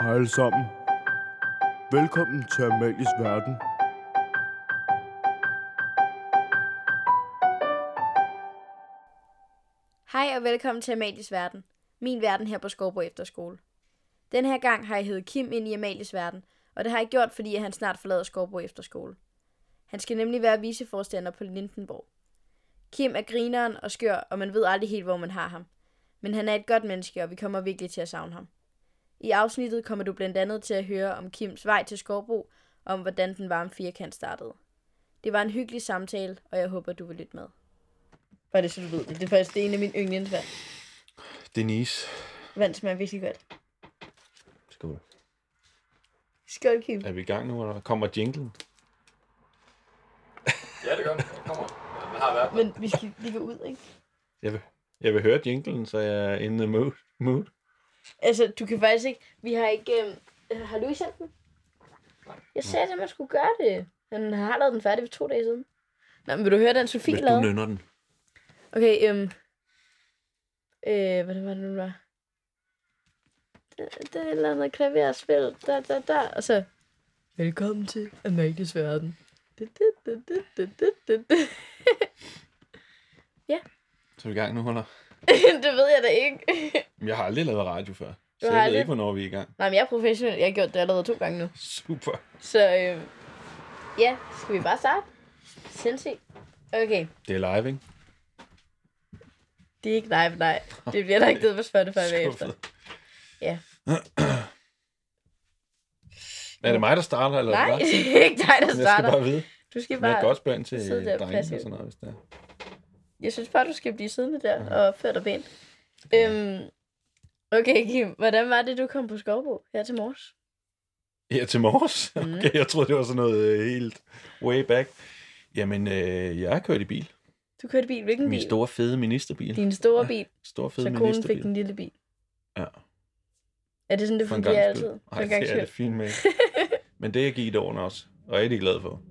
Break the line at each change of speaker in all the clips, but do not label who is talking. Hej alle sammen. Velkommen til Amalies Verden.
Hej og velkommen til Amalies Verden, min verden her på Skovborg Efterskole. Den her gang har jeg heddet Kim ind i Amalies Verden, og det har jeg gjort, fordi at han snart forlader Skovborg Efterskole. Han skal nemlig være viceforstander på Lindenborg. Kim er grineren og skør, og man ved aldrig helt, hvor man har ham. Men han er et godt menneske, og vi kommer virkelig til at savne ham. I afsnittet kommer du blandt andet til at høre om Kims vej til Skovbro, og om hvordan den varme firkant startede. Det var en hyggelig samtale, og jeg håber, du vil lytte med. Bare det, så du ved det. Det er faktisk det er en af mine yndlingsvand.
Denise.
Vand smager virkelig godt.
Skål.
Skål, Kim.
Er vi i gang nu, eller kommer jinglen?
Ja, det gør den. Den kommer. Den har været.
Men vi skal lige gå ud, ikke?
Jeg vil, jeg vil høre jinglen, så jeg er in the mood. mood.
Altså, du kan faktisk ikke... Vi har ikke... Øh, har Louis sendt den? Jeg sagde, at man skulle gøre det. Han har lavet den færdig for to dage siden. Nå, men vil du høre den, Sofie
Hvis du
lavede?
nynner den.
Okay, øhm... Øh, hvad var det nu, der var? Der, der er et eller andet klaverspil. Der, der, der. Og så... Velkommen til Amalies Verden. Du, du, du, du, du, du, du, du.
Så er vi i gang nu, eller?
det ved jeg da ikke.
Jamen, Jeg har aldrig lavet radio før. Så
har
jeg ved
aldrig-
ikke, hvornår vi er i gang.
Nej, men jeg er professionel. Jeg har gjort det allerede to gange nu.
Super.
Så øh, ja, skal vi bare starte? Sindssygt. Okay,
Det er live, ikke?
det er ikke live, nej. Det bliver der ikke givet på Spotify bagefter.
Skuffet.
Ja.
er det mig, der starter, eller
Nej,
hvad?
det er ikke dig, der
Jeg skal
starter.
bare vide.
Du skal
Men jeg
bare...
kan også spørge ind til øh,
sidde der
drenge og
passivt.
sådan noget, hvis det er.
Jeg synes bare, du skal blive siddende der og opføre dig pænt. Øhm, okay, Kim, hvordan var det, du kom på Skovbo her til morges?
Ja, til morges?
Mm.
Okay, jeg troede, det var sådan noget øh, helt way back. Jamen, øh, jeg har kørt i bil.
Du kørte bil. Hvilken
Min
bil?
store, fede ministerbil.
Mm. Din store bil,
Stor, fede
så konen
ministerbil.
fik den lille bil.
Ja.
Er det sådan, det
For en
fungerer
gang skyld.
altid?
Ej, det er det fint med. Men det er jeg givet over også. Og jeg er rigtig glad for,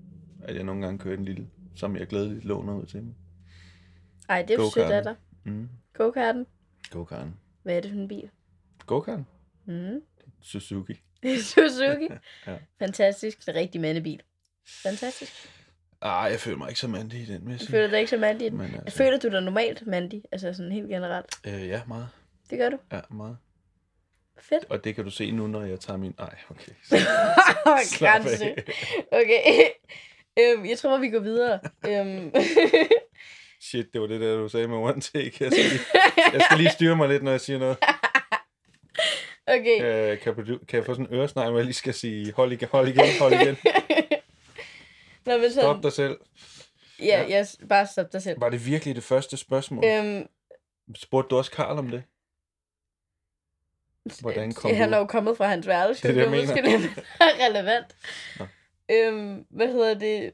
at jeg nogle gange kører en lille, som jeg glædeligt låner ud til. dem.
Ej, det er jo sødt
Go-karten.
af dig.
Mm.
Go-karten.
Go-karten.
Hvad er det for en bil?
Go-karten?
Mm.
Suzuki.
Suzuki.
Ja.
Fantastisk. Det er rigtig mandebil. Fantastisk.
Ah, jeg føler mig ikke så mandig i den, vil jeg
Du
sige.
føler dig ikke så mandig. i den.
Men altså,
Føler du dig normalt mandig? Altså sådan helt generelt.
øh, ja, meget.
Det gør du.
Ja, meget.
Fedt.
Og det kan du se nu, når jeg tager min... Ej, okay. Slap af.
Grænse. Okay. øhm, jeg tror, vi går videre. øhm.
Shit, det var det der, du sagde med one take. Jeg skal lige, jeg skal lige styre mig lidt, når jeg siger noget.
okay.
Øh, kan, produ- kan jeg få sådan en øresnegl, hvor jeg lige skal sige, hold igen, hold igen, hold igen.
Nå, men sådan,
Stop dig selv.
ja, ja. bare stop dig selv.
Var det virkelig det første spørgsmål?
Øhm,
Spurgte du også Karl om det? Hvordan kom
han
du-
er jo kommet fra hans værelse, så
Det er
det
det,
er
jeg
måske
mener.
lidt relevant.
Nå.
Øhm, hvad hedder det?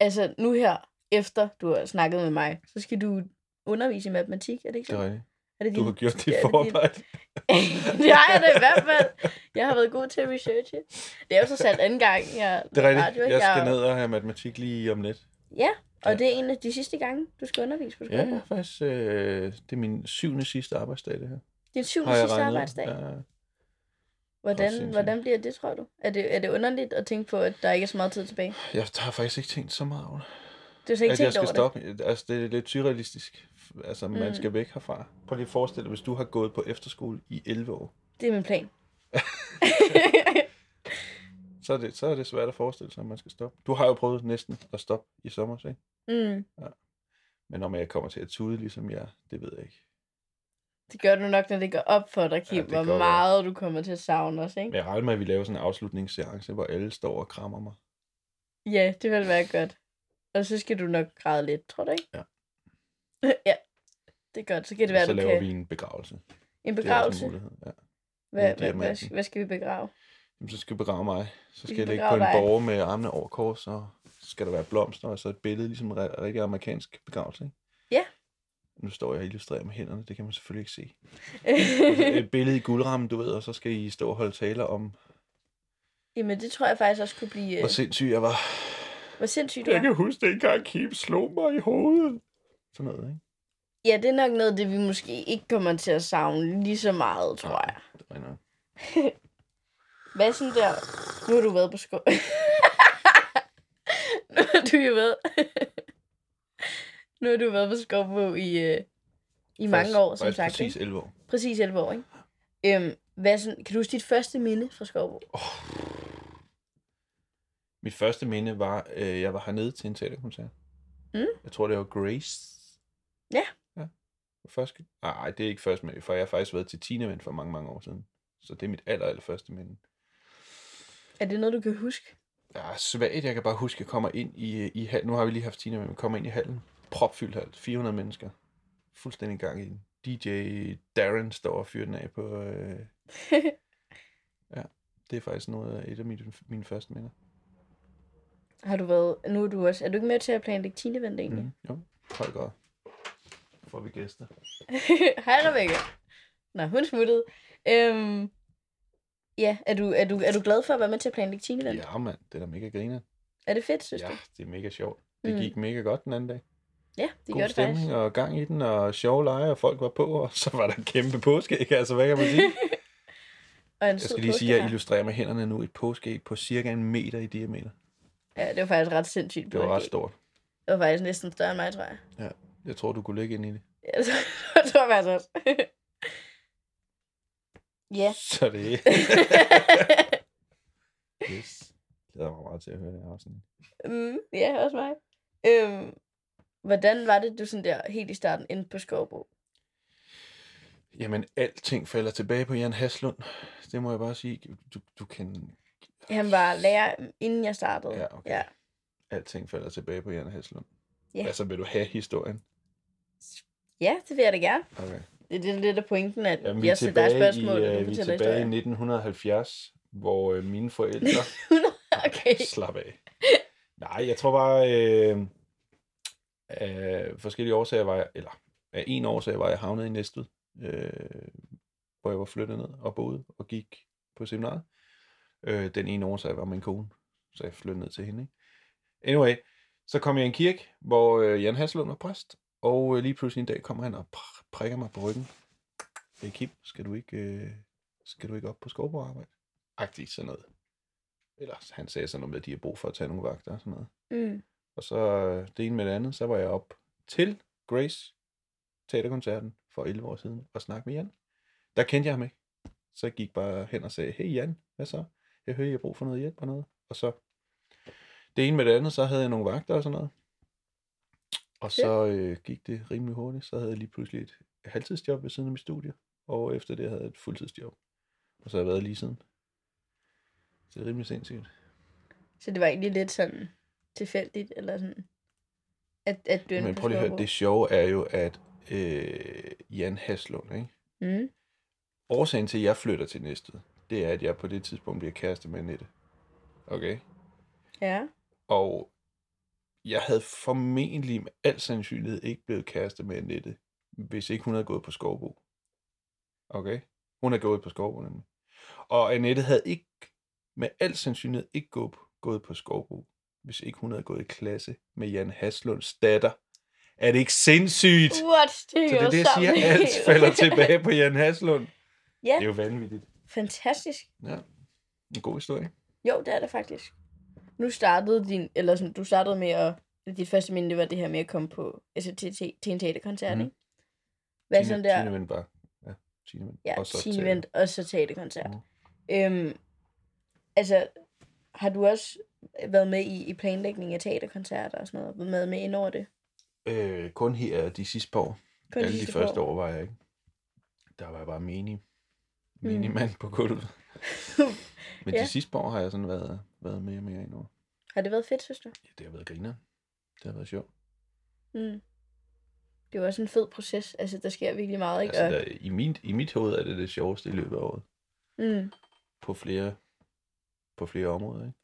Altså, nu her, efter du har snakket med mig, så skal du undervise i matematik, er det ikke
Det
så?
er rigtigt.
Er det
Du
din-
har gjort dit
Ja, det er din-
forarbejde.
det har jeg da i hvert fald. Jeg har været god til at researche. Det er jo så sandt anden gang, jeg
Det er
radio,
rigtigt.
ikke?
Jeg skal ned og have matematik lige om lidt.
Ja, og
Ja.
det er en af de sidste gange, du skal undervise på
Ja,
skolen.
jeg er faktisk, øh, det er min syvende sidste arbejdsdag, det her.
Det er syvende
Har jeg
sidste
regnet.
arbejdsdag.
Ja.
Hvordan,
sindssygt.
hvordan bliver det, tror du? Er det, er det underligt at tænke på, at der ikke er så meget tid tilbage?
Jeg har faktisk ikke tænkt så meget over det.
Du har slet ikke
At
tænkt
jeg skal
over det.
stoppe. Altså, det er lidt surrealistisk. Altså, man
Mm.
skal væk herfra. Prøv lige at forestille dig, hvis du har gået på efterskole i 11 år.
Det er min plan.
Så er, det, så er det svært at forestille sig, at man skal stoppe. Du har jo prøvet næsten at stoppe i sommer, ikke?
mm,
Men om jeg kommer til at tude, ligesom jeg, det ved jeg ikke.
det gør du nok, når det går op for dig, Kim,
Ja,
ja,
det
hvor
går
meget du kommer til at savne os, ikke?
Men jeg regner med, at vi laver sådan en afslutningsseance, hvor alle står og krammer mig.
Ja. ja, det vil være godt. Og så skal du nok græde lidt, tror du ikke?
Ja.
ja, det er godt. Så kan det være,
og så
du
laver
kan...
vi en begravelse.
En
Det er også
begravelse?
en mulighed, ja.
Hvad,
Mm, det
hvad, hvad,
er mærkeligt.
hvad skal vi begrave?
Jamen, så skal du begrave mig. Så skal
skal
jeg ligge på en
begrave dig.
borger med armene over kors, og så skal der være blomster, og så et billede, ligesom en re- rigtig amerikansk begravelse, ikke?
Ja.
Nu står jeg og illustrerer med hænderne, det kan man selvfølgelig ikke se. Altså, et billede i guldrammen, du ved, og så skal I stå og holde taler om,
Jamen, det tror jeg faktisk også kunne blive... øh,
hvor sindssyg jeg var.
Hvor sindssygt du er.
kan huske, det engang Kim slog mig i hovedet. Sådan noget, ikke?
Ja, det er nok noget, af det vi måske ikke kommer til at savne lige så meget, tror
Nej.
jeg.
Det regner.
Hvad sådan der? Nu har du været på sko... nu har du jo været... nu har du været på Skovbo i, øh, i mange år, som sagt.
faktisk Præcis
Præcis.
11 år.
præcis 11 år, ikke? Øhm, hvad sådan, kan du huske dit første minde fra Skovbo?
Mit første minde var, øh, jeg var hernede til en teaterkoncert.
Mm.
Jeg tror, det var Grace.
Ja.
ja. Første... Nej, det er ikke første minde, for jeg har faktisk været til Tina for mange, mange år siden. Så det er mit aller, aller første minde.
Er det noget, du kan huske?
Jeg er svagt, jeg kan bare huske, at jeg kommer ind i, øh, i hallen. Nu har vi lige haft Tina med, men kommer ind i hallen. Propfyldt hal, 400 mennesker. Fuldstændig gang i den. DJ Darren står og fyrer den af på... Øh... ja, det er faktisk noget af et af mine, mine første minder.
Har du været... Nu er du også... Er du ikke med til at planlægge tinevent egentlig? Mm.
Mm. Jo, hold godt. Får vi gæster.
Hej Rebecca. Nå, hun smuttede. Øhm, ja, er du, er, du, er du glad for at være med til at planlægge tinevent?
Ja, mand, det er da mega griner.
Er det fedt, synes
Ja,
du?
det er mega sjovt. Det
Mm.
gik mega godt den anden dag.
Ja, det
God
gør det faktisk.
stemning og gang i den, og sjove lege, og folk var på, og så var der kæmpe påskeæg. Altså, hvad kan man sige?
Og en
Jeg
sød
skal lige sige, at jeg
påskehare.
illustrerer med hænderne nu et påskeæg på cirka en meter i diameter.
Ja, det var faktisk ret sindssygt.
Det var ret
påskeæg.
stort.
Det var faktisk næsten større end mig, tror jeg.
Jeg tror, du kunne ligge ind i det.
Ja, det tror jeg faktisk også. ja.
Så det er... Yes. Jeg glæder mig meget til at høre det her afsnit.
mm, ja, også mig. Øhm, hvordan var det, du sådan der helt i starten endte på Skovbo?
Jamen, alting falder tilbage på Jan Haslund. Det må jeg bare sige. Du, du kan...
Han var lærer, mm, inden jeg startede.
Ja, okay.
ja.
Alting falder tilbage på Jan Haslund.
Ja.
Altså, vil du have historien?
ja, det vil jeg da gerne.
Okay.
Det er det, der er pointen, at
Jamen,
Jamen,
vi er
jeg stiller dig
tilbage, i,
spørgsmål, og du
øh, vi er
fortæller
tilbage
historien.
i 1970, hvor øh, mine forældre...
okay.
Slap af. Nej, jeg tror bare, øh, af forskellige årsager var jeg, eller af en årsag var jeg havnet i Næstved, øh, hvor jeg var flyttet ned og boede og gik på seminaret. Øh, den ene årsag var min kone, så jeg flyttede ned til hende. Ikke? Anyway, så kom jeg i en kirke, hvor øh, Jan Haslund var præst, og øh, lige pludselig en dag kommer han og pr- prikker mig på ryggen. Hey Kim, skal du ikke, øh, skal du ikke op på skovborg arbejde? Agtigt sådan noget eller han sagde sådan noget med, at de har brug for at tage nogle vagter og sådan noget.
Mm.
Og så øh, det ene med det andet, så var jeg op til Grace teaterkoncerten for 11 år siden og snakke med Jan. Der kendte jeg ham ikke. Så jeg gik bare hen og sagde, hey Jan, hvad så? Jeg hører, I har brug for noget hjælp og noget. Og så det ene med det andet, så havde jeg nogle vagter og sådan noget. Og så øh, gik det rimelig hurtigt. Så havde jeg lige pludselig et halvtidsjob ved siden af mit studie. Og efter det havde jeg et fuldtidsjob. Og så har jeg været lige siden. Så det er rimelig sindssygt.
Så det var egentlig lidt sådan tilfældigt, eller sådan, at, at du endte
Men
på
prøv lige at høre,
Skovbo.
det sjove er jo, at øh, Jan Haslund, ikke?
Mm.
Årsagen til, at jeg flytter til Næstved, det er, at jeg på det tidspunkt bliver kæreste med Annette. Okay?
Ja.
Og jeg havde formentlig med al sandsynlighed ikke blevet kæreste med Annette, hvis ikke hun havde gået på Skovbo. Okay? Hun havde gået på Skovbo nemlig. Og Annette havde ikke med al sandsynlighed ikke gået, gået på Skovbo, hvis ikke hun havde gået i klasse med Jan Haslunds datter. Er det ikke sindssygt?
What? Det
Så det
hænger
er
jo
det, jeg siger,
sammen
alt
helt.
falder tilbage på Jan Haslund.
Ja.
Det er jo vanvittigt.
Fantastisk.
Ja. En god historie.
Jo, det er det faktisk. Nu startede din, eller sådan, du startede med at, eller dit første minde, det var det her med at komme på, altså til, til, til en teaterkoncert,
Mhm.
mm. ikke? Hvad sådan der,
Tine Vendt bare. Ja, Tine Vendt.
ja,
Og så
Tine
teater.
Vendt, og så teaterkoncert.
Mhm.
Mm. Øhm, altså, har du også været med i, i planlægning af teaterkoncerter og sådan noget? Været med, med ind over det?
Øh, kun her de sidste par år.
Kun
Alle de,
sidste par
første år var jeg ikke. Der var jeg bare menig. Menig mand på gulvet. Men
Mm. Ja.
de sidste par år har jeg sådan været, været mere og mere indover.
Har det været fedt, synes du?
Ja, det har været griner. Det har været sjovt.
Mm. Det er jo også en fed proces. Altså, der sker virkelig meget, ikke?
Altså, der, i, min, I mit hoved er det det sjoveste i løbet af året.
der... mm.
På flere, på flere områder, ikke?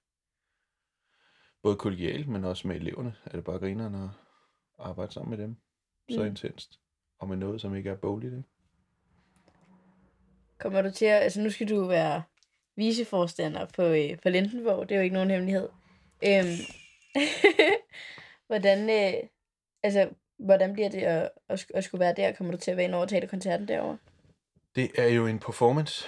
Både kollegialt, men også med eleverne. Er det bare grineren at arbejde sammen med dem. Så
Mm.
intenst. Og med noget, som ikke er bogligt, ikke?
Kommer du til at... Altså, nu skal du være viceforstander på, øh, på Lindenborg. Det er jo ikke nogen hemmelighed. Øhm, hvordan, øh, altså, hvordan bliver det at, at, sk- at skulle være der? Kommer du til at være inde over og tage koncerten derovre?
Det er jo en performance.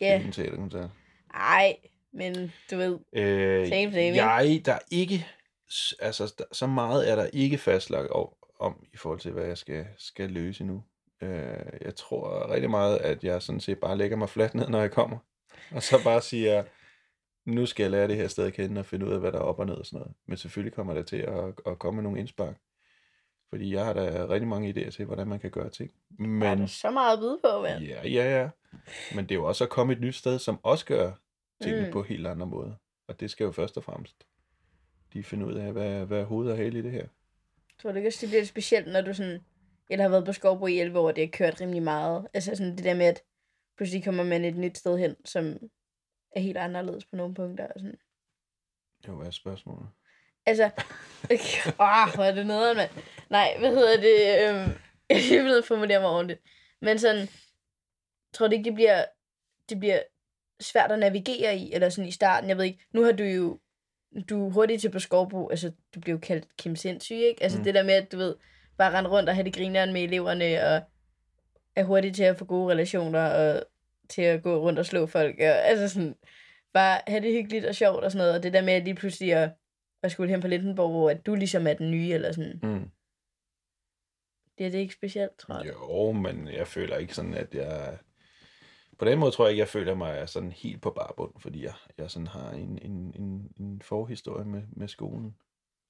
Ja.
Hvilken teaterkoncert?
Ej, men du ved.
Øh,
Same, same, ikke?
Jeg, der er ikke, s- altså, der, så meget er der ikke fastlagt om, om i forhold til, hvad jeg skal, skal løse nu. Øh, jeg tror rigtig meget, at jeg sådan set bare lægger mig fladt ned, når jeg kommer. Og så bare siger, nu skal jeg lære det her sted at kende og finde ud af, hvad der er op og ned og sådan noget. Men selvfølgelig kommer der til at, at komme med nogle indspark. Fordi jeg har da rigtig mange idéer til, hvordan man kan gøre ting. Men...
Men... Er der så meget at byde på, mand?
Ja, ja, ja. Men det er jo også at komme et nyt sted, som også gør tingene
Mm.
mm. på helt andre måder. Og det skal jo først og fremmest de finde ud af, hvad, hvad er hoved og hale i det her.
Tror du ikke også, det bliver lidt specielt, når du sådan... Eller har været på Skovbro i 11 år, og det har kørt rimelig meget. Altså sådan det der med, at pludselig kommer man et nyt sted hen, som er helt anderledes på nogle punkter. Og sådan.
Det var spørgsmålet.
Altså, åh, hvor er det nederen, mand. Nej, hvad hedder det? Øhm, jeg er blevet formulere mig ordentligt. Men sådan, tror du ikke, det bliver, det bliver svært at navigere i, eller sådan i starten? Jeg ved ikke, nu har du jo, du er hurtigt til på Skovbo, altså du bliver jo kaldt Kim Sindssyg, ikke? Altså mm.
Mm.
det der med, at du ved, bare rende rundt og have det grineren med eleverne, og er hurtig til at få gode relationer, og til at gå rundt og slå folk, og altså sådan, bare have det hyggeligt og sjovt og sådan noget, og det der med, at lige pludselig at, at skulle hen på Lindenborg, hvor at du ligesom er den nye, eller sådan,
Mm.
det er det ikke specielt, tror jeg.
Jo, men jeg føler ikke sådan, at jeg... På den måde tror jeg ikke, jeg føler mig sådan helt på barbund, fordi jeg, jeg sådan har en, en, en, en forhistorie med, med skolen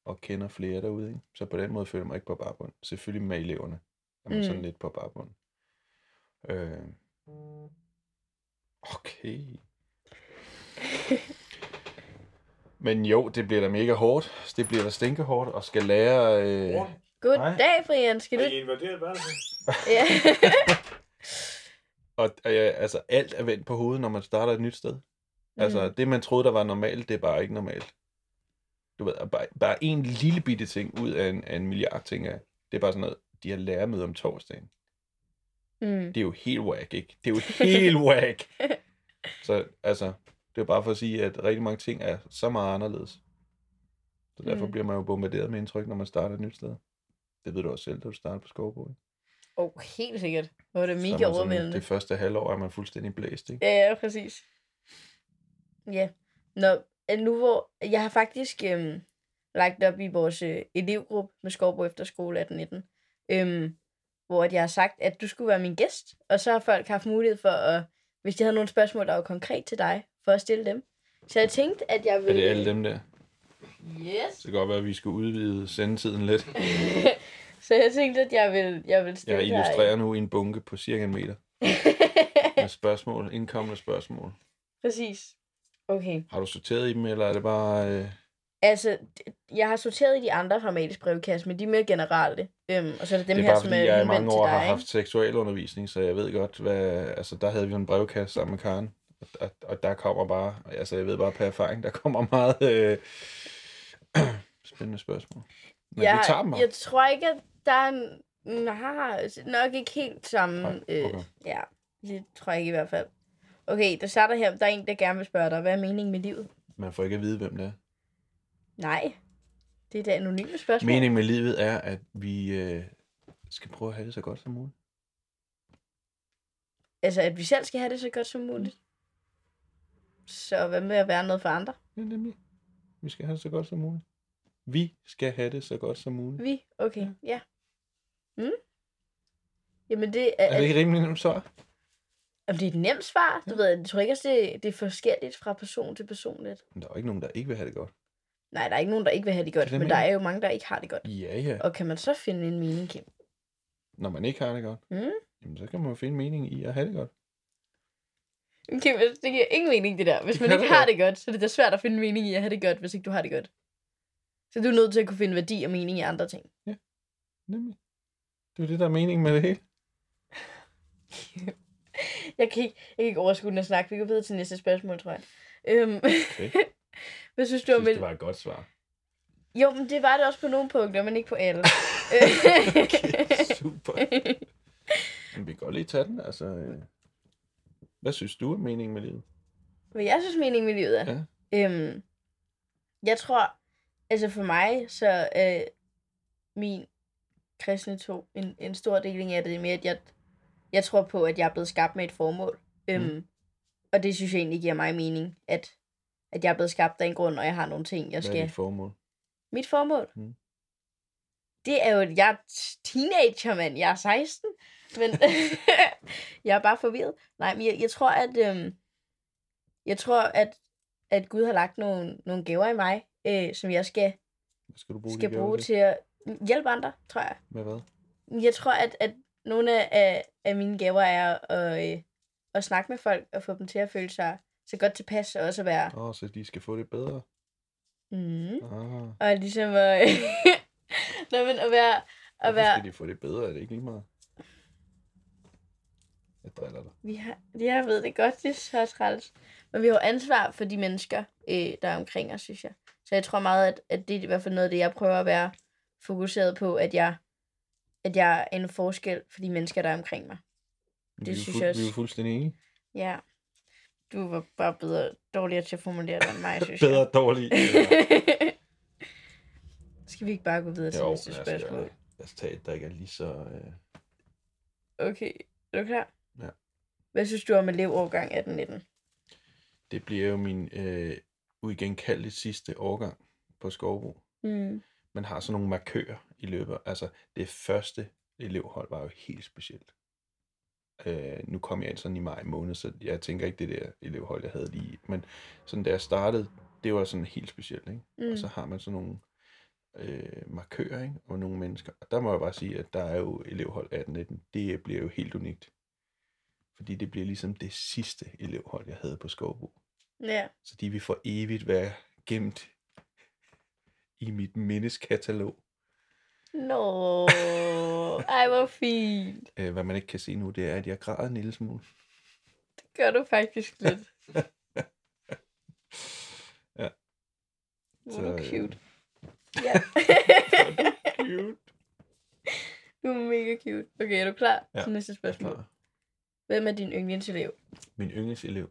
og kender flere derude. Ikke? Så på den måde føler jeg mig ikke på barbund. Selvfølgelig med eleverne er
Mm.
man mm. sådan lidt på barbund. Øh. Okay. Men jo, det bliver da mega hårdt. Det bliver da stinkehårdt og skal lære... Øh...
Goddag, Brian. Skal du?
I invaderet værelsen?
Ja.
Og, og ja, altså, alt er vendt på hovedet, når man starter et nyt sted.
Mm.
Altså, det man troede, der var normalt, det er bare ikke normalt. Du ved, og bare, bare en lille bitte ting ud af en, af en milliard ting, er, det er bare sådan noget, de har lærermøde om torsdagen.
Mm.
Det er jo helt whack, ikke? Det er jo helt whack! Så altså, det er bare for at sige, at rigtig mange ting er så meget anderledes. Så derfor
Mm.
mm. bliver man jo bombarderet med indtryk, når man starter et nyt sted. Det ved du også selv, da du starter på Skovbo. ikke?
Åh, oh, helt sikkert. Hvor er det
Så er man
mega
sådan-
overvældende.
Det første halvår er man fuldstændig blæst, ikke?
Ja, ja, præcis. Ja. Nå, øh, nu hvor... Jeg har faktisk øhm, lagt op i vores øh, elevgruppe med Skovbo Efterskole 1819, øhm, hvor at jeg har sagt, at du skulle være min gæst, og så har folk haft mulighed for at, hvis de havde nogle spørgsmål, der var konkret til dig, for at stille dem. Så jeg tænkte, at jeg
Er
ville...
det alle dem der?
Yes.
Så det kan godt være, at vi skal udvide sendetiden lidt.
Så jeg tænkte, at jeg vil, jeg vil stille
Jeg
dig-
illustrerer nu en bunke på cirka en meter med spørgsmål, indkommende spørgsmål.
Præcis. Okay.
Har du sorteret i dem, eller er det bare... Øh...
Altså, d- jeg har sorteret i de andre fra Males brevkasse, men de er mere generelle. Øhm, og så er det dem
det er
her,
bare,
som
fordi
er
jeg i
henvendt
mange
til
år
dig.
har
ikke?
haft seksualundervisning, så jeg ved godt, hvad... Altså, der havde vi sådan en brevkasse sammen med Karen, og, og, og der kommer bare... Altså, jeg ved bare per erfaring, der kommer meget øh... spændende spørgsmål. Men
jeg,
vi tager dem bare.
Jeg tror ikke, at der er... en- Nej, nok ikke helt samme.
Nej, okay.
øh, ja, det tror jeg ikke i hvert fald. Okay, der starter her. Der er en, der gerne vil spørge dig, hvad er meningen med livet?
Man får ikke at vide, hvem det er.
Nej, det er det anonyme spørgsmål.
Meningen med livet er, at vi øh, skal prøve at have det så godt som muligt.
Altså, at vi selv skal have det så godt som muligt. Så hvad med at være noget for andre?
Ja, nemlig. Vi skal have det så godt som muligt. Vi skal have det så godt som muligt.
Vi? Okay, ja. Mm? Jamen, det er...
Er det ikke rimelig nemt svar?
Jamen, det er et nemt svar. Du ved, jeg tror ikke også, det, det er forskelligt fra person til person lidt.
Men der er jo ikke nogen, der ikke vil have det godt.
Nej, der er ikke nogen, der ikke vil have det godt,
Det er
men
det,
der
jeg
er jo mange, der ikke har det godt.
Ja, ja.
Og kan man så finde en mening, Kim?
Når man ikke har det godt,
Mm.
jamen, så kan man jo finde mening i at have det godt.
Kim, altså, det giver ingen mening, det der. Hvis
Det
man
kan
ikke
det
har
da.
det godt, så er det da svært at finde mening i at have det godt, hvis ikke du har det godt. Så du er nødt til at kunne finde værdi og mening i andre ting.
Nemlig. Det er jo det, der er meningen med det hele.
Jeg kan ikke, jeg kan ikke overskue den at snakke. Vi går videre til næste spørgsmål, tror jeg. Øhm, okay. Hvad synes du
Jeg
om...
synes, det
el-
var et godt svar.
Jo, men det var det også på nogle punkter, men ikke på alle.
Super. Men vi kan godt lige tage den. Altså, øh, hvad synes du er meningen med livet?
Hvad jeg synes meningen med livet er? Ja. Øhm, jeg tror, altså for mig, så øh, min kristne tro, en, en stor del af det er mere, at jeg, jeg tror på, at jeg er blevet skabt med et formål. Øhm, mm. Og det synes jeg egentlig giver mig mening, at, at jeg er blevet skabt af en grund, og jeg har nogle ting, jeg
Hvad er
skal.
dit formål?
Mit formål?
Mm.
Det er jo, at jeg er t- teenager, mand. Jeg er 16. Men jeg er bare forvirret. Nej, men jeg, jeg tror, at... Øhm, jeg tror, at, at Gud har lagt nogle, nogle gaver i mig, øh, som jeg skal,
Hvad skal du bruge
skal
de gaver
bruge til at hjælpe andre, tror jeg.
Med hvad?
Jeg tror, at, at nogle af- af, af mine gaver er at, øh, at snakke med folk og få dem til at føle sig så godt tilpas, og også at være...
Åh, oh, så de skal få det bedre.
Mm,
Ah,
og ligesom at... Nå, men at være... At
hvorfor
være
skal de få det bedre? Er det ikke lige meget? Jeg driller dig.
Vi har, jeg ved det godt, det er så træls. Men vi har jo ansvar for de mennesker, øh, der er omkring os, synes jeg. Så jeg tror meget, at, at det er i hvert fald noget af det, jeg prøver at være fokuseret på, at jeg, at jeg er en forskel for de mennesker, der er omkring mig. Det
Men vi er jo
synes
fuld-
jeg også.
Vi er jo fuldstændig enige.
Ja. Du var bare bedre, dårligere til at formulere det end mig, synes
Bedre dårligt.
jeg. Skal vi ikke bare gå videre til
jo,
næste
lad os,
spørgsmål?
gøre- lad os tage et, der ikke er lige så... Øh...
Okay, er du klar?
Ja.
Hvad synes du om elevårgang 18-19?
Det bliver jo min øh, uigenkaldeligt sidste årgang på Skovbro.
Mm.
Man har sådan nogle markører i løbet. Altså, det første elevhold var jo helt specielt. Øh, nu kom jeg ind sådan i maj måned, så jeg tænker ikke det der elevhold, jeg havde lige. Men sådan da jeg startede, det var sådan helt specielt, ikke? Mm.
Mm.
Og så har man sådan nogle øh, markører, ikke? Og nogle mennesker. Og der må jeg bare sige, at der er jo elevhold 18-19. Det bliver jo helt unikt. Fordi det bliver ligesom det sidste elevhold, jeg havde på Skovbo.
Ja.
Så de vil for evigt være gemt i mit mindeskatalog.
Nå, ej hvor fint.
Øh, hvad man ikke kan se nu, det er, at jeg græder en lille smule.
Det gør du faktisk lidt.
Ja.
Hvor er du
Så, øh,
cute. Ja,
Cute.
du er mega cute. Okay, er du klar
Ja,
til næste spørgsmål? Hvem er din yndlingselev?
Min yndlingselev.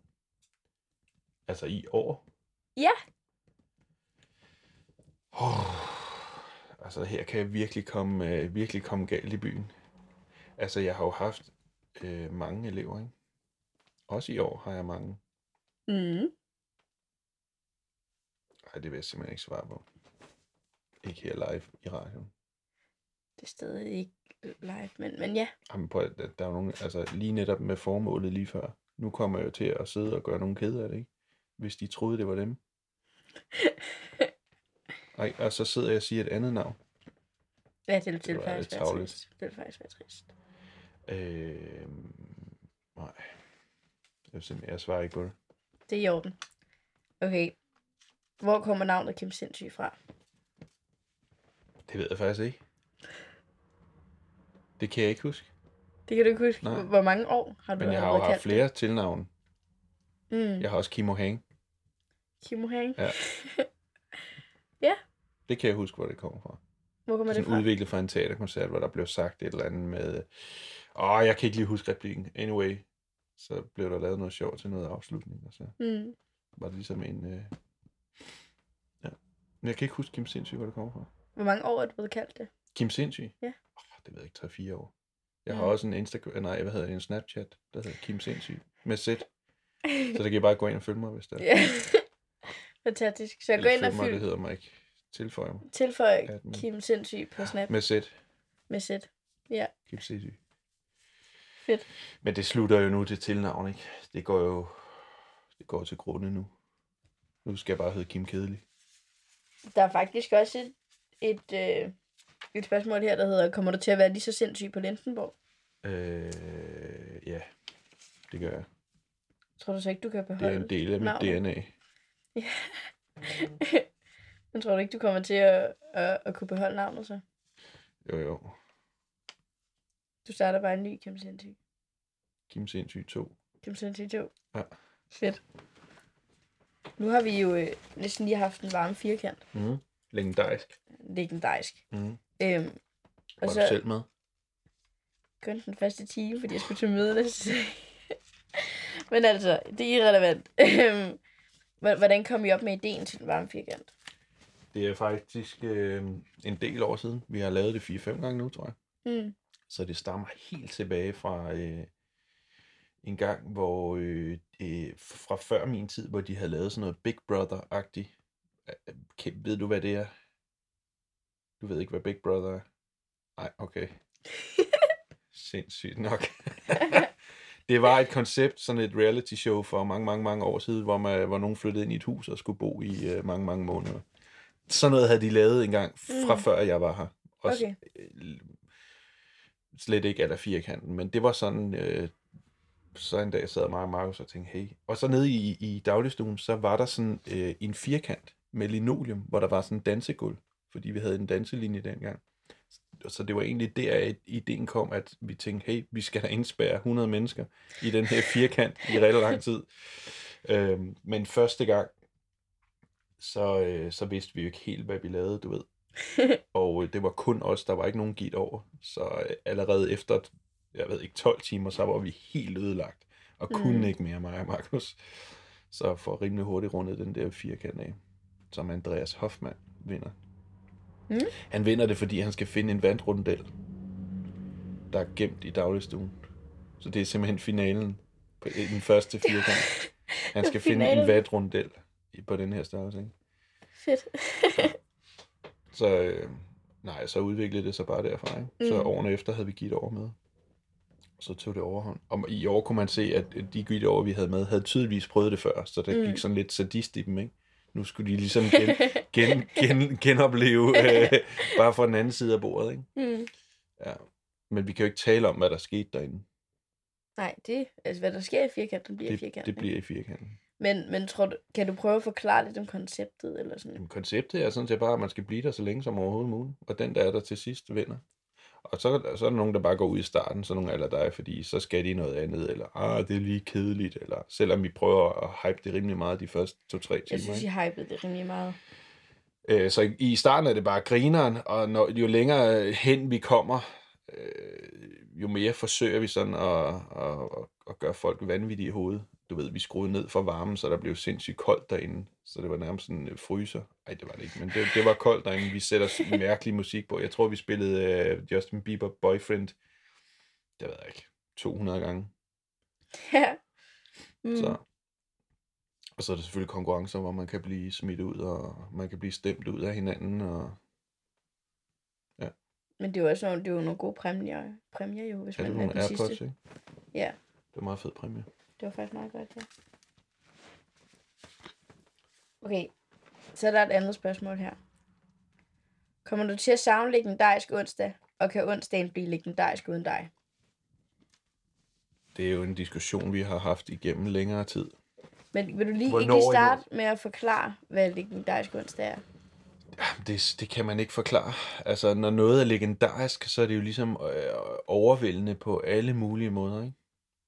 Altså i år.
Ja.
Oh, altså her kan jeg virkelig komme, øh, virkelig komme galt i byen. Altså jeg har jo haft øh, mange elever, ikke? Også i år har jeg mange.
Mm.
Nej, det vil jeg simpelthen ikke svare på. Ikke her live i radioen.
Det er stadig ikke live, men, men ja.
Jamen, prøv, at- der der er jo nogen, altså lige netop med formålet lige før. Nu kommer jeg jo til at sidde og gøre nogen kede af det, ikke? Hvis de troede, det var dem. Ej, og så sidder jeg og siger et andet navn.
Ja, det, det, det
var
vil faktisk
lidt
være
tarveligt.
trist. Det vil faktisk være trist.
Øh, nej. Jeg, vil simpelthen, jeg svarer ikke på det.
Det er i orden. Okay. Hvor kommer navnet Kim Sindssyg fra?
Det ved jeg faktisk ikke. Det kan jeg ikke huske.
Det kan du ikke huske.
Nej.
Hvor mange år har du
Men jeg har jo
allerede
haft
kaldt det?
flere tilnavne.
Mm.
Jeg har også Kimo Hang.
Kim Hagen.
Ja.
Ja.
Det kan jeg huske, hvor det kommer fra.
Hvor kommer det
sådan
fra?
udviklet fra en teaterkoncert, hvor der blev sagt et eller andet med, åh, jeg kan ikke lige huske replikken. Anyway, så blev der lavet noget sjovt til noget afslutning, og så
Mm.
var det ligesom en... Øh... Ja. Men jeg kan ikke huske Kim Sindssyg, hvor det kommer fra.
Hvor mange år er du blevet kaldt det?
Kim Sindssyg?
Ja.
Oh, det ved jeg ikke, 3-4 år. Jeg har
Mm.
også en Instagram, øh, nej, hvad hedder det, en Snapchat, der hedder Kim Sindssyg, med Z. Så der kan I bare gå ind og følge mig, hvis der
Ja. Fantastisk. Så jeg går ind og
mig, det
fyld,
hedder mig ikke. Tilføj mig.
tilføj
Admin.
Kim Sindssyg på Snap
Med Z.
med sæt.
Kim Sindssyg.
Fedt.
Men det slutter jo nu til tilnavn, ikke? Det går jo det går til grunde nu. Nu skal jeg bare hedde Kim Kedelig.
Der er faktisk også et, et, øh, et spørgsmål her, der hedder, kommer du til at være lige så sindssyg på Lindenborg?
Øh, ja, det gør jeg.
Tror du så ikke, du kan
Det er
beholde
en del af mit
navnet?
DNA.
Men tror du ikke, du kommer til at, at, at kunne beholde navnet så?
Jo, jo.
Du starter bare en ny Kim Sindssyg.
Kim Sindssyg 2.
Kim Sindssyg 2.
Ja.
Fedt. Nu har vi jo øh, næsten lige haft en varm firkant.
Mm. Legendarisk.
Legendarisk.
Mm.
Øhm,
Var
og så
du selv med?
kun den første time, fordi jeg skulle til møde næste dag. Men altså, det er irrelevant. Øhm, hv- Hvordan kom I op med ideen til den varme firkant?
Det er faktisk øh, en del år siden. Vi har lavet det 4-5 gange nu, tror jeg.
Mm.
Så det stammer helt tilbage fra øh, en gang, hvor øh, øh, fra før min tid, hvor de havde lavet sådan noget Big Brother-agtigt. Øh, kan- Ved du, hvad det er? Du ved ikke, hvad Big Brother er? Nej, okay. Sindssygt nok. det var et koncept, sådan et reality show for mange, mange, mange år siden, hvor, man, hvor nogen flyttede ind i et hus og skulle bo i øh, mange, mange måneder. Sådan noget havde de lavet engang fra
Mm.
mm. før jeg var her. Og
Okay.
slet ikke aller firkanten, men det var sådan, øh, så en dag sad mig og Markus og tænkte, hey. Og så nede i, i dagligstuen, så var der sådan øh, en firkant med linoleum, hvor der var sådan en dansegulv, fordi vi havde en danselinje dengang. Og Så det var egentlig der, at ideen kom, at vi tænkte, hey, vi skal da indspære 100 mennesker i den her firkant i rigtig lang tid. Øhm, men første gang, så, øh, så vidste vi jo ikke helt, hvad vi lavede, du ved. Og øh, det var kun os, der var ikke nogen git over. Så øh, allerede efter, jeg ved ikke, 12 timer, så var vi helt ødelagt. Og kunne
Mm.
ikke mere, mig og Markus. Så får rimelig hurtigt rundet den der firkant af, som Andreas Hoffmann vinder.
Mm.
Han vinder det, fordi han skal finde en vandrundel, der er gemt i dagligstuen. Så det er simpelthen finalen på i den første firkant. Han skal finde en
Finalen.
vandrundel i- på den her størrelse. Ikke?
Fedt.
Så øh, nej, så udviklede det sig bare derfra. Ikke? Så
Mm.
årene efter havde vi givet over med. Og så tog det overhånd. Og i år kunne man se, at de givet over, vi havde med, havde tydeligvis prøvet det før, så der
Mm.
mm. gik sådan lidt sadist i dem, ikke? Nu skulle de ligesom gen, gen, gen, genopleve øh, bare fra den anden side af bordet, ikke?
mm.
Ja. Men vi kan jo ikke tale om, hvad der skete derinde.
Nej, det, altså hvad der sker i firkanten, bliver i
Det,
firkanten.
det
ikke?
bliver i firkanten.
Men, men tror du, kan du prøve at forklare lidt om konceptet? Eller sådan?
Jamen, konceptet er sådan set bare, at man skal blive der så længe som overhovedet muligt, og den, der er der til sidst, vinder. Og så, så er der nogen, der bare går ud i starten, så nogle aller dig, fordi så skal de noget andet, eller ah, det er lige kedeligt, eller selvom vi prøver at hype det rimelig meget de første to-tre timer.
Jeg synes, I
ikke?
hypede det rimelig meget.
Øh, så i, i starten er det bare grineren, og når, jo længere hen vi kommer, øh, jo mere forsøger vi sådan at, at, at, at gøre folk vanvittige i hovedet. Du ved, vi skruede ned for varmen, så der blev sindssygt koldt derinde. Så det var nærmest sådan en fryser. Nej, det var det ikke, men det, det var koldt derinde. Vi sætter s- mærkelig musik på. Jeg tror, vi spillede øh, Justin Bieber Boyfriend, det ved jeg ikke, 200 gange.
Ja. Mm.
Så. Og så er der selvfølgelig konkurrencer, hvor man kan blive smidt ud, og man kan blive stemt ud af hinanden, og
Men det er jo også nogle, det er jo nogle gode præmier, præmier jo, hvis
Er det
man er
nogle
den
AirPods,
sidste.
ikke?
Ja.
Det var en meget fed præmie.
Det var faktisk meget godt, ja. Okay, så er der et andet spørgsmål her. Kommer du til at savne legendarisk onsdag, og kan onsdagen blive legendarisk uden dig?
Det er jo en diskussion, vi har haft igennem længere tid.
Men vil du lige, ikke
Hvornår
lige
i
starte med at forklare, hvad legendarisk onsdag er?
Jamen, Det, det kan man ikke forklare. Altså, når noget er legendarisk, så er det jo ligesom øh, overvældende på alle mulige måder, ikke?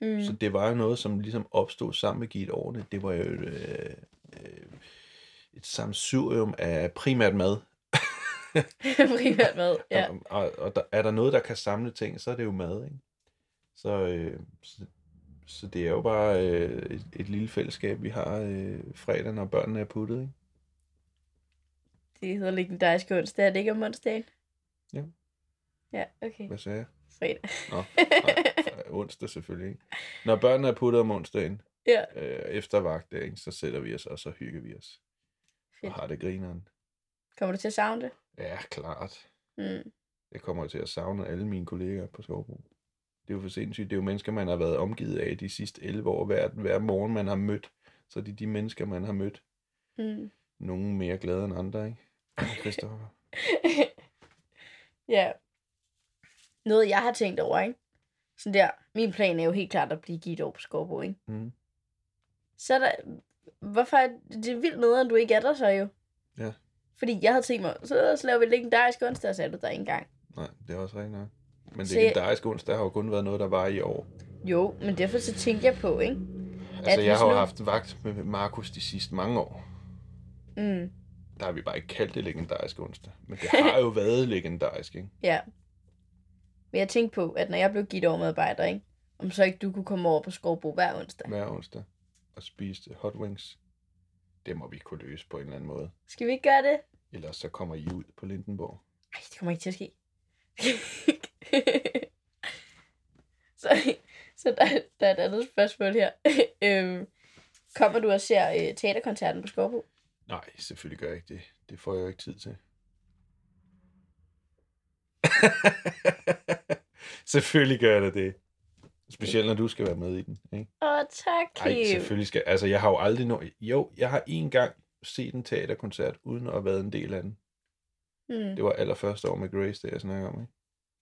Mm. Så det var jo noget, som ligesom opstod sammen med Gitte Årene. Det var jo et, øh, øh, et samsurium af primært mad.
Primært med, ja.
Og, og, og der, er der noget, der kan samle ting, så er det jo mad, ikke? Så, øh, så, så det er jo bare øh, et, et lille fællesskab, vi har øh, fredag, når børnene er puttet, ikke?
Det hedder legendarisk onsdag, er det ikke om onsdagen?
Ja.
Ja, okay.
Hvad sagde jeg?
Fredag.
Nå, nej, fra onsdag selvfølgelig, ikke? Når børnene er puttet om onsdagen,
Ja.
øh, efter vagt, der, ikke, så sætter vi os, og så hygger vi os.
Fedt.
Og har det grineren.
Kommer du til at savne det?
Ja, klart.
Mm.
Jeg kommer til at savne alle mine kollegaer på Skovbro. Det er jo for sindssygt. Det er jo mennesker, man har været omgivet af de sidste 11 år. Hver, hver morgen, man har mødt. Så det er de mennesker, man har mødt.
Mm.
Nogle mere glade end andre, ikke? Christoffer.
ja. Noget, jeg har tænkt over, ikke? Sådan der, min plan er jo helt klart at blive givet over på Skorbo, ikke?
Mm.
Så er der, hvorfor er det, det er vildt noget, at du ikke er der så jo?
Ja.
Fordi jeg havde tænkt mig, så, så laver vi legendarisk onsdag, og så er du der ikke engang.
Nej, det er også rigtigt nok. Men det
Se-
legendariske onsdag har jo kun været noget, der var i år.
Jo, men derfor så tænkte jeg på, ikke?
Altså, jeg
hvis
har jo
nu-
haft vagt med Markus de sidste mange år.
Mm,
Der har vi bare ikke kaldt det legendarisk onsdag. Men det har jo været legendarisk, ikke?
ja. Men jeg tænkte på, at når jeg blev givet over medarbejder, ikke? Om så ikke du kunne komme over på Skorbo hver onsdag.
Hver onsdag. Og spiste hot wings. Det må vi kunne løse på en eller anden måde.
Skal vi ikke gøre det?
Ellers så kommer I ud på Lindenborg.
Ej, det kommer ikke til at ske. så, Så der, der er et andet spørgsmål her. øhm, kommer du og ser øh, teaterkoncerten på Skorbo?
Nej, selvfølgelig gør jeg ikke det. Det får jeg jo ikke tid til. selvfølgelig gør jeg da det. Specielt når du skal være med i den. Ikke?
Åh, tak,
Ej,
Kim.
selvfølgelig skal Altså, jeg har jo aldrig... Nå... Jo, jeg har én gang set en teaterkoncert, uden at have været en del af den.
Mm.
Det var allerførste år med Grace, det jeg snakker om. Ikke?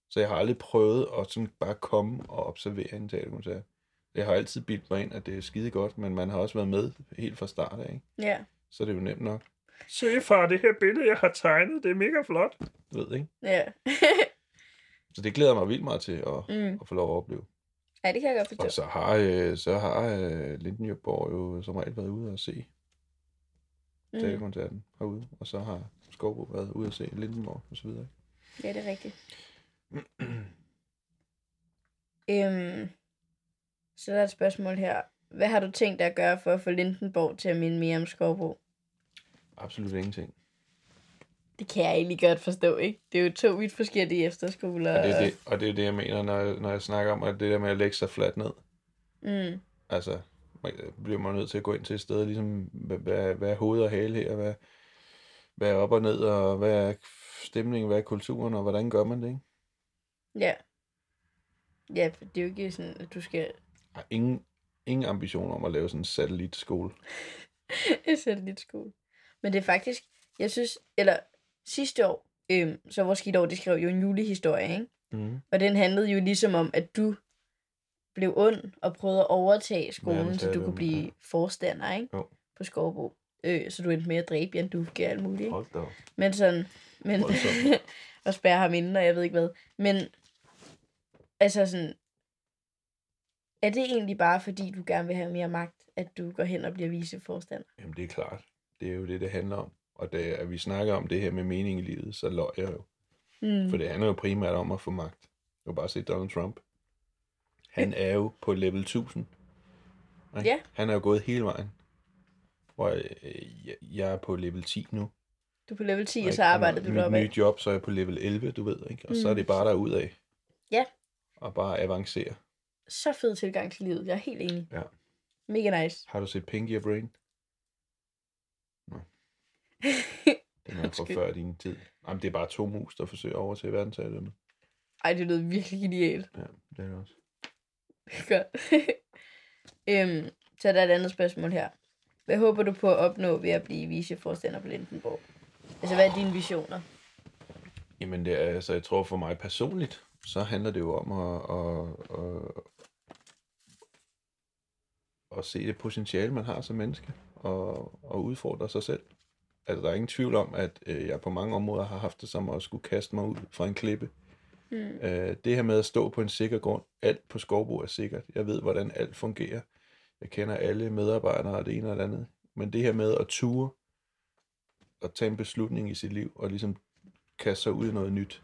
Så jeg har aldrig prøvet at sådan bare komme og observere en teaterkoncert. Jeg har altid bildt mig ind, at det er skide godt, men man har også været med helt fra start af. Ikke?
Ja.
Så er det jo nemt nok. Se far, det her billede, jeg har tegnet, det er mega flot. Du ved, ikke?
ja.
Så det glæder jeg mig vildt meget til at,
mm.
at få lov at opleve.
Ej, det kan jeg godt forstå.
Og så har, øh, så har øh, Lindenjøborg jo som regel været ude og se mm.
mm.
teaterkoncerten herude, og så har Skovbo været ude og se Lindenborg og så videre.
Ja, det er rigtigt. øhm, så der er et spørgsmål her. Hvad har du tænkt dig at gøre for at få Lindenborg til at minde mere om Skovbo?
Absolut ingenting.
Det kan jeg egentlig godt forstå, ikke? Det er jo to vidt forskellige efterskoler.
Og det er det, og det, er det jeg mener, når, jeg- når jeg snakker om, at det der med at lægge sig fladt ned.
Mm,
Altså, man- bliver man nødt til at gå ind til et sted, ligesom, hvad, hvad, hvad er hoved og hale her, hvad, hvad er op og ned, og hvad er stemningen, hvad er kulturen, og hvordan gør man det, ikke?
ja. Ja, for det er jo ikke sådan, at du skal
Jeg har ingen, ingen ambition om at lave sådan en satellitskole.
Jeg sætter lidt skole. Men det er faktisk, jeg synes, eller sidste år, øhm, så vores skidår, det skrev jo en julehistorie, ikke?
Mm.
Og den handlede jo ligesom om, at du blev ond og prøvede at overtage skolen,
det
så
er
du
det,
kunne
ja.
blive forstander, ikke?
Jo.
På Skovbo. Øh, så du endte med at dræbe Jan Dufke og alt muligt, ikke?
Hold da op.
Men sådan, men...
Voldsomt.
og spærre ham inden, og jeg ved ikke hvad. Men, altså sådan... Er det egentlig bare, fordi du gerne vil have mere magt, at du går hen og bliver viceforstander?
Jamen, det er klart. Det er jo det, det handler om. Og da at vi snakker om det her med mening i livet, så løg jeg jo.
Mm.
For det handler jo primært om at få magt. Du kan bare se Donald Trump. Han er jo på level 1000. ikke?
Ja.
Han er jo gået hele vejen. Hvor øh, jeg, jeg er på level 10 nu.
Du er på level 10, og
ikke?
så arbejder du
mit
deroppe.
nye job, så er jeg på level 11, du ved. ikke. Og så er
Mm.
det bare derudad.
Ja.
Og bare avancere.
Så fed tilgang til livet. Jeg er helt enig.
Ja.
Mega nice.
Har du set Pinky og Brain? Nej. Den er fra
Undskyld.
før din tid. Jamen, det er bare to mus, der forsøger over til verdensalderen.
Ej, det lød virkelig genialt.
Ja, det er det også.
Godt. øhm, så er der er et andet spørgsmål her. Hvad håber du på at opnå ved at blive viceforstander på Lindenborg? Altså, hvad er dine visioner?
Jamen, det er, altså, jeg tror for mig personligt, så handler det jo om at, at, at, at se det potentiale, man har som menneske, og, og udfordre sig selv. Altså, der er ingen tvivl om, at øh, jeg på mange områder har haft det som at skulle kaste mig ud fra en klippe.
Mm.
Øh, det her med at stå på en sikker grund, alt på Skovbo er sikkert. Jeg ved, hvordan alt fungerer. Jeg kender alle medarbejdere og det ene og det andet. Men det her med at ture og tage en beslutning i sit liv, og ligesom kaste sig ud i noget nyt,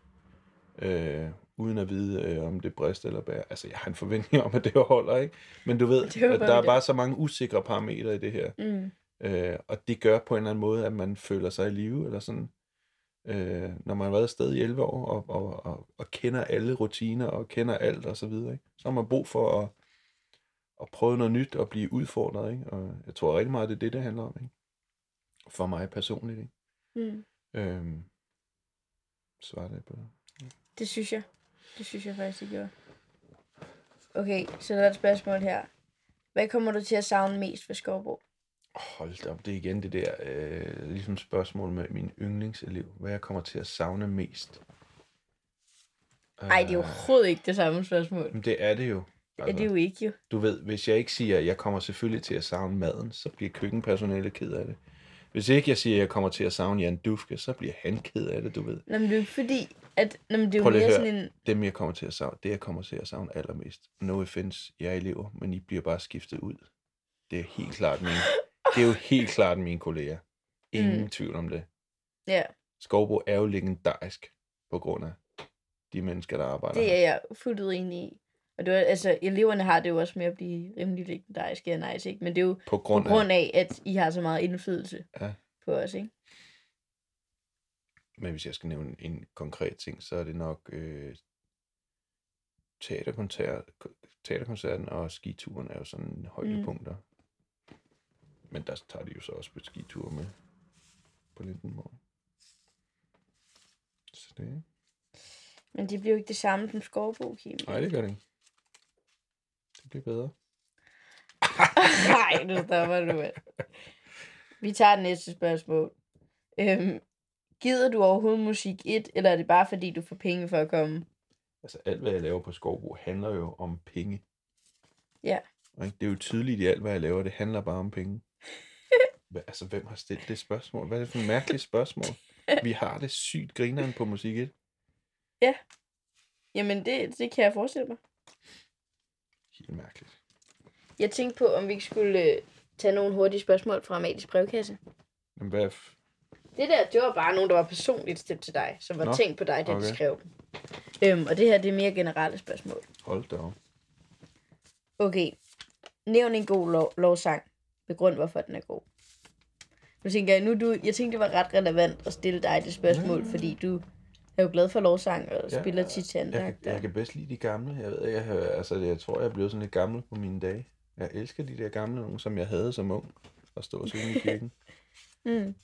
øh, uden at vide, øh, om det brister eller bærer. Altså, jeg har en forventning om, at det holder, ikke? Men du ved,
Det håber
at
vi
der er
da.
bare så mange usikre parametre i det her.
Mm.
Øh, og det gør på en eller anden måde, at man føler sig i live, eller sådan. Øh, når man har været afsted i 11 år, og, og, og, og kender alle rutiner, og kender alt, og så videre, ikke? så har man brug for at, at prøve noget nyt, og blive udfordret, ikke? Og jeg tror rigtig meget, det er det, det handler om, ikke? For mig personligt, ikke?
Mm.
Øh, svarer det på det?
Det synes jeg. Det synes jeg faktisk, det gjorde. Okay, så der er et spørgsmål her. Hvad kommer du til at savne mest ved Skovbo?
Hold da op, det er igen det der øh, ligesom spørgsmål med min yndlingselev. Hvad jeg kommer til at savne mest?
Nej, det er jo
Øh.
overhovedet ikke det samme spørgsmål.
Jamen, det er det jo. Altså,
Ja, det er jo ikke jo.
Du ved, hvis jeg ikke siger, at jeg kommer selvfølgelig til at savne maden, så bliver køkkenpersonalet ked af det. Hvis ikke jeg siger, at jeg kommer til at savne Jan Dufke, så bliver han ked af det, du ved.
Nå, men det er jo ikke fordi, at... Nå, men det er jo
Prøv lige
mere
at
sådan en...
Dem, jeg kommer til at savne, det jeg kommer til at savne allermest. No offense, jeg er elever, men I bliver bare skiftet ud. Det er helt klart mine, det er jo helt klart mine kolleger. Ingen
Mm.
mm. tvivl om det.
Ja,
Skovbo er jo legendarisk på grund af de mennesker, der arbejder
det
her.
er jeg fuldt ud enig i. Og det var, altså, eleverne har det jo også med at blive rimelig legendariske og nice, ikke? Men det er jo
På grund
på
af...
grund af, at I har så meget indflydelse
Ja.
på os, ikke?
Men hvis jeg skal nævne en konkret ting, så er det nok øh, teaterkoncert, teaterkoncerten og skituren er jo sådan højdepunkter. Mm. Men der tager de jo så også på skitur med på Lindenborg. Så det...
Men det bliver jo ikke det samme som skovbo, Kim.
Nej, det gør det ikke. Det bliver bedre.
Nej, nu stopper du. mand. Vi tager det næste spørgsmål. Øhm, gider du overhovedet musik 1, eller er det bare fordi, du får penge for at komme?
Altså alt, hvad jeg laver på Skovbo, handler jo om penge.
Ja.
Ikke? Det er jo tydeligt i alt, hvad jeg laver. Det handler bare om penge. Hva, altså, hvem har stillet det spørgsmål? Hvad er det for et mærkeligt spørgsmål? Vi har det sygt grineren på musik 1.
Jamen, det, det kan jeg forestille mig.
Helt mærkeligt.
Jeg tænkte på, om vi ikke skulle øh, tage nogle hurtige spørgsmål fra Amalies brevkasse.
Men hvad... f-
Det der, det var bare nogen, der var personligt stemt til dig, som var Nå,
Nå,
tænkt på dig, da okay. de
okay.
skrev dem. Øhm, og det her, det er mere generelle spørgsmål.
Hold da op.
Okay. Nævn en god lov- lovsang. Begrund, hvorfor den er god. Nu tænker jeg, nu er du, jeg tænkte, det var ret relevant at stille dig det spørgsmål, mm. fordi du er jo glad for lovsang og ja,
Ja,
spiller tit til
Jeg, kan,
andagt.
jeg
og-
kan bedst lide de gamle. Jeg ved, jeg, har- altså, jeg tror, jeg er blevet sådan lidt gammel på mine dage. Jeg elsker de der gamle nogen, som jeg havde som ung. Og stå og synge i kirken.
Mm.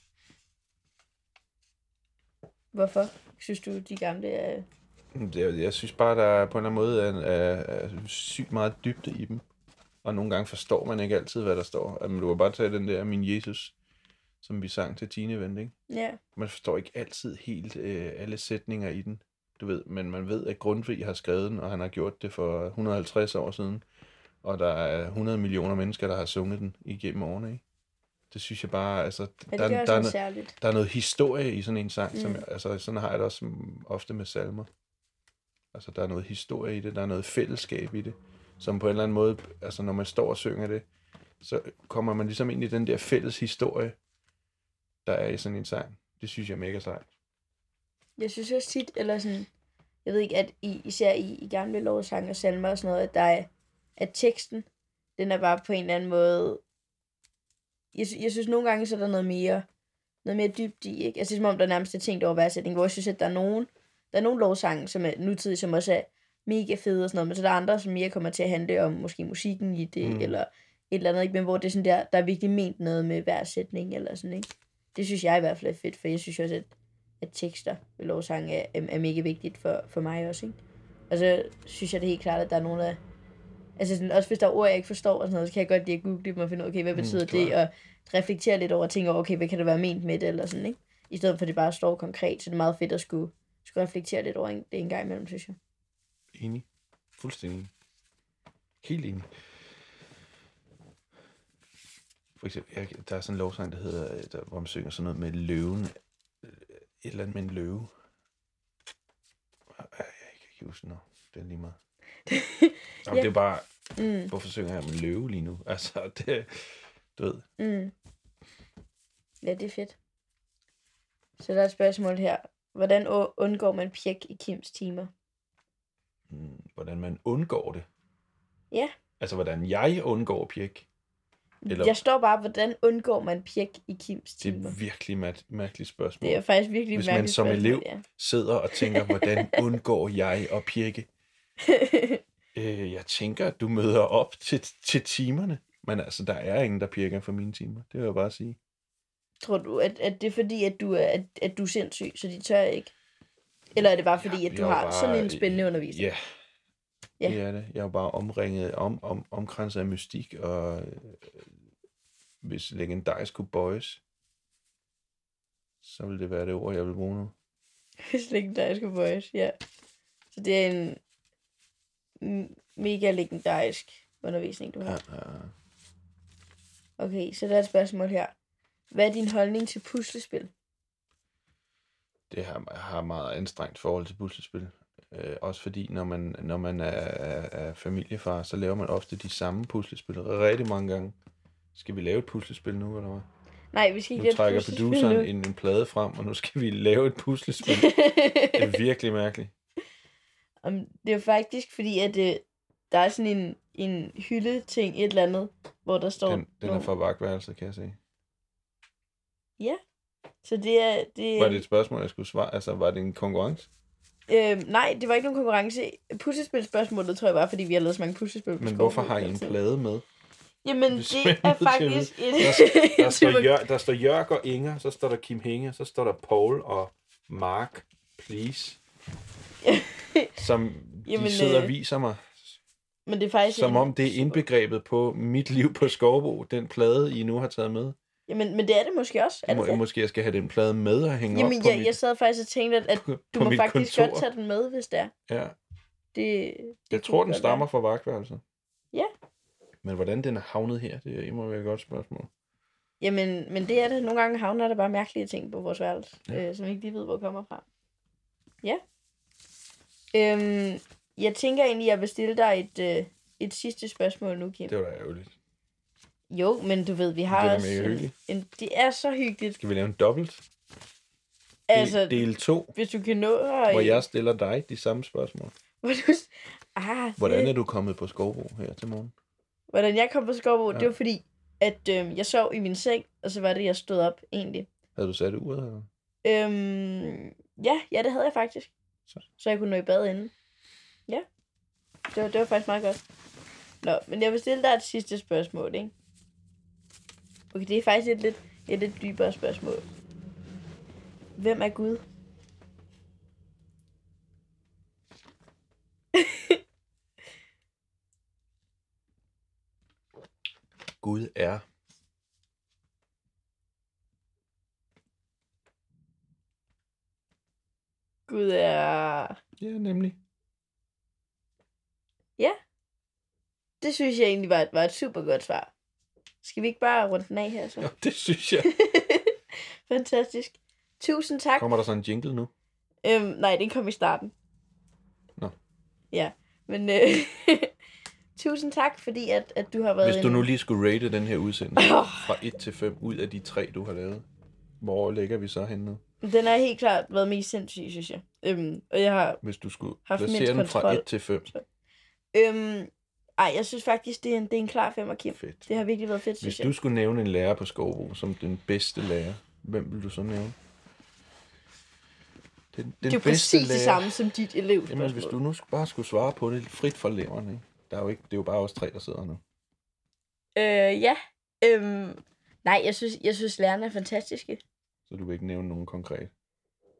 Hvorfor synes du, de gamle er...
Jeg, jeg synes bare, der er på en eller anden måde er, er, er sygt meget dybde i dem. Og nogle gange forstår man ikke altid, hvad der står. Altså, du kan bare tage den der Min Jesus, som vi sang til Tine Vent, ikke?
Ja,
Man forstår ikke altid helt øh, alle sætninger i den, du ved. Men man ved, at Grundtvig har skrevet den, og han har gjort det for 150 år siden. Og der er 100 millioner mennesker, der har sunget den igennem årene, ikke? Det synes jeg bare, altså...
ja det gør
der, der, er,
også noget
noget-
særligt.
der er noget historie i sådan en sang, mm. som
Mm.
jeg, altså sådan har jeg det også mm, ofte med salmer. Altså der er noget historie i det, der er noget fællesskab i det, som på en eller anden måde, altså når man står og synger det, så kommer man ligesom ind i den der fælles historie, der er i sådan en sang. Det synes jeg er mega sejt.
Jeg synes også tit, eller sådan, jeg ved ikke, at i, især i, i gamle lovsange og salmer og sådan noget, at der er, at teksten, den er bare på en eller anden måde, jeg, sy- jeg synes nogle gange, så er der noget mere, noget mere dybt i, ikke? Altså det er som om, der nærmest er tænkt over hver sætning, hvor jeg synes, at der er nogen, der er nogle lovsange, som er nutidige, som også er mega fede og sådan noget, men så er der andre, som mere kommer til at handle om måske musikken i det, mm.
Mm.
eller et eller andet, ikke? Men hvor det er sådan der, der er virkelig ment noget med hver sætning, eller sådan, ikke? Det synes jeg i hvert fald er fedt, for jeg synes også, at at tekster ved lovsange er, er, er mega vigtigt for, for mig også, ikke? Og så synes jeg det er helt klart, at der er nogen, der... Altså sådan, også hvis der er ord, jeg ikke forstår og sådan noget, så kan jeg godt lige at google dem og finde ud af, okay, hvad betyder mm, det? Og reflektere lidt over og tænke over, okay, hvad kan der være ment med det, eller sådan, ikke? I stedet for, at det bare står konkret, så det er meget fedt at skulle, skulle reflektere lidt over en, det en gang imellem, synes jeg.
Enig. Fuldstændig. Helt enig. For eksempel, jeg, der er sådan en lovsang, der hedder, øh, der, hvor man synger sådan noget med løven. øh, Et eller andet med en løve. Ej, Jeg kan ikke huske noget. Det er lige meget. Jamen,
Ja.
Det er bare,
Mm,
hvorfor synger jeg om en løve lige nu? Altså, det, du ved.
mm. Ja, det er fedt. Så der er et spørgsmål her. Hvordan å- undgår man pjek i Kims timer?
mm, Hvordan man undgår det.
Ja.
Altså, hvordan jeg undgår pjek.
Eller...
Eller-
Jeg står bare, hvordan undgår man pjek i Kims
Det
timer?
er virkelig mær- mærkeligt spørgsmål.
Det er faktisk virkelig
Hvis
et
man
mærkeligt
som
spørgsmål,
elev-
Ja.
sidder og tænker, hvordan undgår jeg at pirke? øh, jeg tænker, at du møder op til, til timerne. Men altså, der er ingen, der pirker for mine timer. Det vil jeg bare sige.
Tror du, at, at det er fordi, at du er, at, at du er sindssyg, så de tør ikke? Eller er det bare fordi,
Jeg
at du
bliver
har
bare-
sådan en spændende undervisning?
Ja.
Ja.
Ja. Det er det. Jeg er jo bare omringet, om, om, omkranset af mystik, og øh, hvis legendarisk kunne bøjes, så ville det være det ord, jeg vil bruge nu.
Hvis legendariske boys, ja. Så det er en m- mega legendarisk undervisning, du har.
Ja.
Ja.
ja.
Okay, så der er et spørgsmål her. Hvad er din holdning til puslespil?
det har, har meget anstrengt forhold til puslespil. Øh, også fordi, når man, når man er, er, er familiefar, så laver man ofte de samme puslespil rigtig mange gange. Skal vi lave et puslespil nu, eller hvad?
Nej, vi skal ikke
Nu
lave et
trækker
puslespil
produceren
nu.
en, en plade frem, og nu skal vi lave et puslespil. Det er virkelig mærkeligt.
Om, det er faktisk fordi, at øh, der er sådan en, en hylde-ting, et eller andet, hvor der står...
Den, den er
nogle-
fra vagtværelset, kan jeg se.
Så det er... Det, er-
Var det et spørgsmål, jeg skulle svare? Altså, var det en konkurrence?
Øhm, nej, det var ikke nogen konkurrence. Puslespilspørgsmålet tror jeg var, fordi vi har lavet så mange puslespil. på
Men
skolen
hvorfor har I en
altid.
plade med?
Jamen,
Hvis
det
man er
er
nødt
faktisk
til at
en...
Der står,
super-
Jør, der står Jørg og Inger, så står der Kim Hinge, så står der Paul og Mark, please. Som de
Jamen,
sidder og
øh,
viser mig,
Men det er faktisk
som
en-
om det er indbegrebet på mit liv på Skovbo, den plade, I nu har taget med.
Jamen, men det er det måske også. Er
Må,
det det?
måske jeg skal have den plade med og hænge op
Jamen,
på
jeg,
mit,
jeg sad faktisk og tænkte, at, at
på,
du
på
må
mit
faktisk
kontor.
godt tage den med, hvis det er.
Ja.
Det,
Jeg
det
tror,
kunne
den
godt
stammer fra vagtværelset.
Ja.
Men hvordan den er havnet her, det må være et godt spørgsmål.
være. Jamen, men det er det. Nogle gange havner der bare mærkelige ting på vores værelse,
Ja.
ja. øh, som vi ikke lige ved, hvor kommer fra. Ja. Øhm, jeg tænker egentlig, at jeg vil stille dig et, øh, et sidste spørgsmål nu, Kim.
Det var da ærgerligt.
Jo, men du ved, vi har
Det er da
også... øh,
mega
en-
hyggeligt.
En, det er så hyggeligt.
Skal vi lave en dobbelt?
Altså,
Del- del 2,
hvis du kan nå at...
hvor jeg stiller dig de samme spørgsmål.
Hvor du, ah,
Hvordan er
det,
du kommet på Skovbo her til morgen?
hvordan jeg kom på Skovbo, ja.
Ja.
det var fordi, at øhm, jeg sov i min seng, og så var det, jeg stod op egentlig.
Havde du sat uret her?
Øhm, ja, ja, det havde jeg faktisk.
Så.
Så jeg kunne nå i bad inden. Ja. Det var, det var faktisk meget godt. Nå, men jeg vil stille dig et sidste spørgsmål, ikke? Okay, det er faktisk et lidt, et lidt dybere spørgsmål. Hvem er Gud?
Gud er.
Gud er...
Ja, nemlig.
Det synes jeg egentlig var, var et super godt svar. Skal vi ikke bare runde den af her så?
Ja, det synes jeg.
Fantastisk. Tusind tak.
Kommer der sådan en jingle nu?
Øhm, nej, den kom i starten.
Nå.
Ja, men øh, tusind tak, fordi at, at du har været
Hvis du
en-
nu lige skulle rate den her udsendelse fra 1 til 5 ud af de tre, du har lavet, hvor ligger vi så henne nu?
Den har helt klart været mest sindssyg, synes jeg. Øhm, og jeg har...
Hvis du skulle
Haft mindst
placere den fra
kontrol.
1 til 5.
Øhm, ej, jeg synes faktisk, det er en, det er en klar femmer, Kim.
Fedt.
Det har virkelig været fedt,
Hvis
synes
du
jeg.
skulle nævne en lærer på Skovbo som den bedste lærer, hvem vil du så nævne? Den, den
Det er jo præcis det samme som dit elev.
Jamen, hvis du nu sk- bare skulle svare på det frit fra leveren, ikke? Der er jo ikke, det er jo bare os tre, der sidder nu.
Øh, ja. Øhm, nej, jeg synes, jeg synes lærerne er fantastiske.
Så du vil ikke nævne nogen konkret.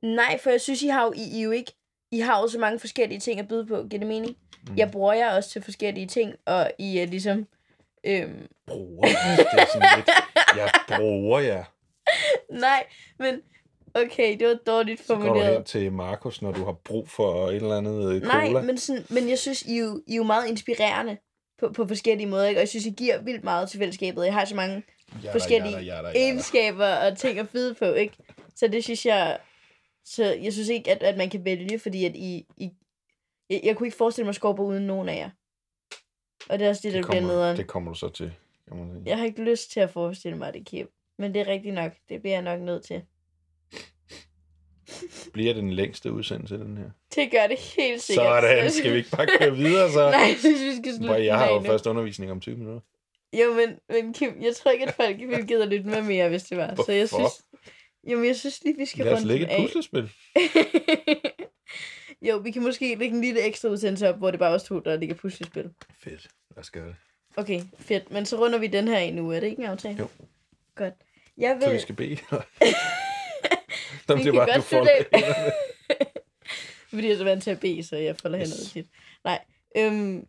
Nej, for jeg synes, I har jo, I, I er jo ikke... I har jo så mange forskellige ting at byde på, giver det mening? Mm. Jeg bruger jer også til forskellige ting, og I er ligesom... Øhm,
Bruger jeg? Det er sådan lidt, jeg bruger jer.
nej, men... Okay, det var dårligt
Så går du hen
formuleret.
til Markus, når du har brug for et eller andet øh, cola.
Nej, men, sådan, men jeg synes, I er jo, I er jo meget inspirerende på, på forskellige måder, ikke? og jeg synes, I giver vildt meget til fællesskabet. Jeg har så mange
jada,
forskellige
jada, jada, jada.
egenskaber og ting at byde på, ikke? Så det synes jeg... Så jeg synes ikke, at, at man kan vælge, fordi at I... I jeg, jeg kunne ikke forestille mig at skorpe uden nogen af jer. Og det er også det,
Det
der bliver
kommer,
nederen.
det kommer du så til. kan man sige.
Jeg har ikke lyst til at forestille mig det, Kim. Men det er rigtigt nok. Det bliver jeg nok nødt til.
Bliver det den længste udsendelse, den her?
Det gør det helt sikkert. Så
Sådan,
jeg
skal vi
synes-
ikke bare køre videre, så?
Nej, jeg synes, vi skal slutte
Hvor jeg
den
har
af
jo
nu.
først undervisning om 20 minutter.
Jo, men, men Kim, jeg tror ikke, at folk ville gide at lytte med mere, hvis det var. Så jeg
Hvorfor?
synes... Jamen, jeg synes lige, vi skal
Lad os
runde
lægge
den
et
af.
puslespil.
jo, vi kan måske lægge en lille ekstra udsendelse op, hvor det bare er os to, der ligger puslespil.
Fedt. Lad os gøre det.
Okay, fedt. Men så runder vi den her en uge. Er det ikke en aftale?
Jo.
Godt. Jeg vil...
Så vi skal bede. Nå,
Vi
det er
kan
bare,
godt
du får
slutte
det.
Fordi jeg er så vant til at bede, så jeg folder yes.
Yes.
hænderne tit. Nej, øhm,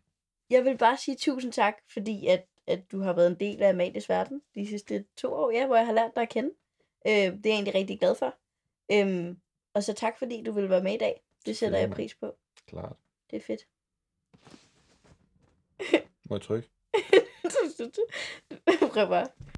jeg vil bare sige tusind tak, fordi at, at du har været en del af Amalies verden de sidste to år, ja, hvor jeg har lært dig at kende. Øh, det er jeg egentlig rigtig glad for. Øhm, og så tak, fordi du ville være med i dag. Det sætter jeg
mand.
pris på.
Klart.
Det er fedt.
Må jeg trykke?
Prøv bare.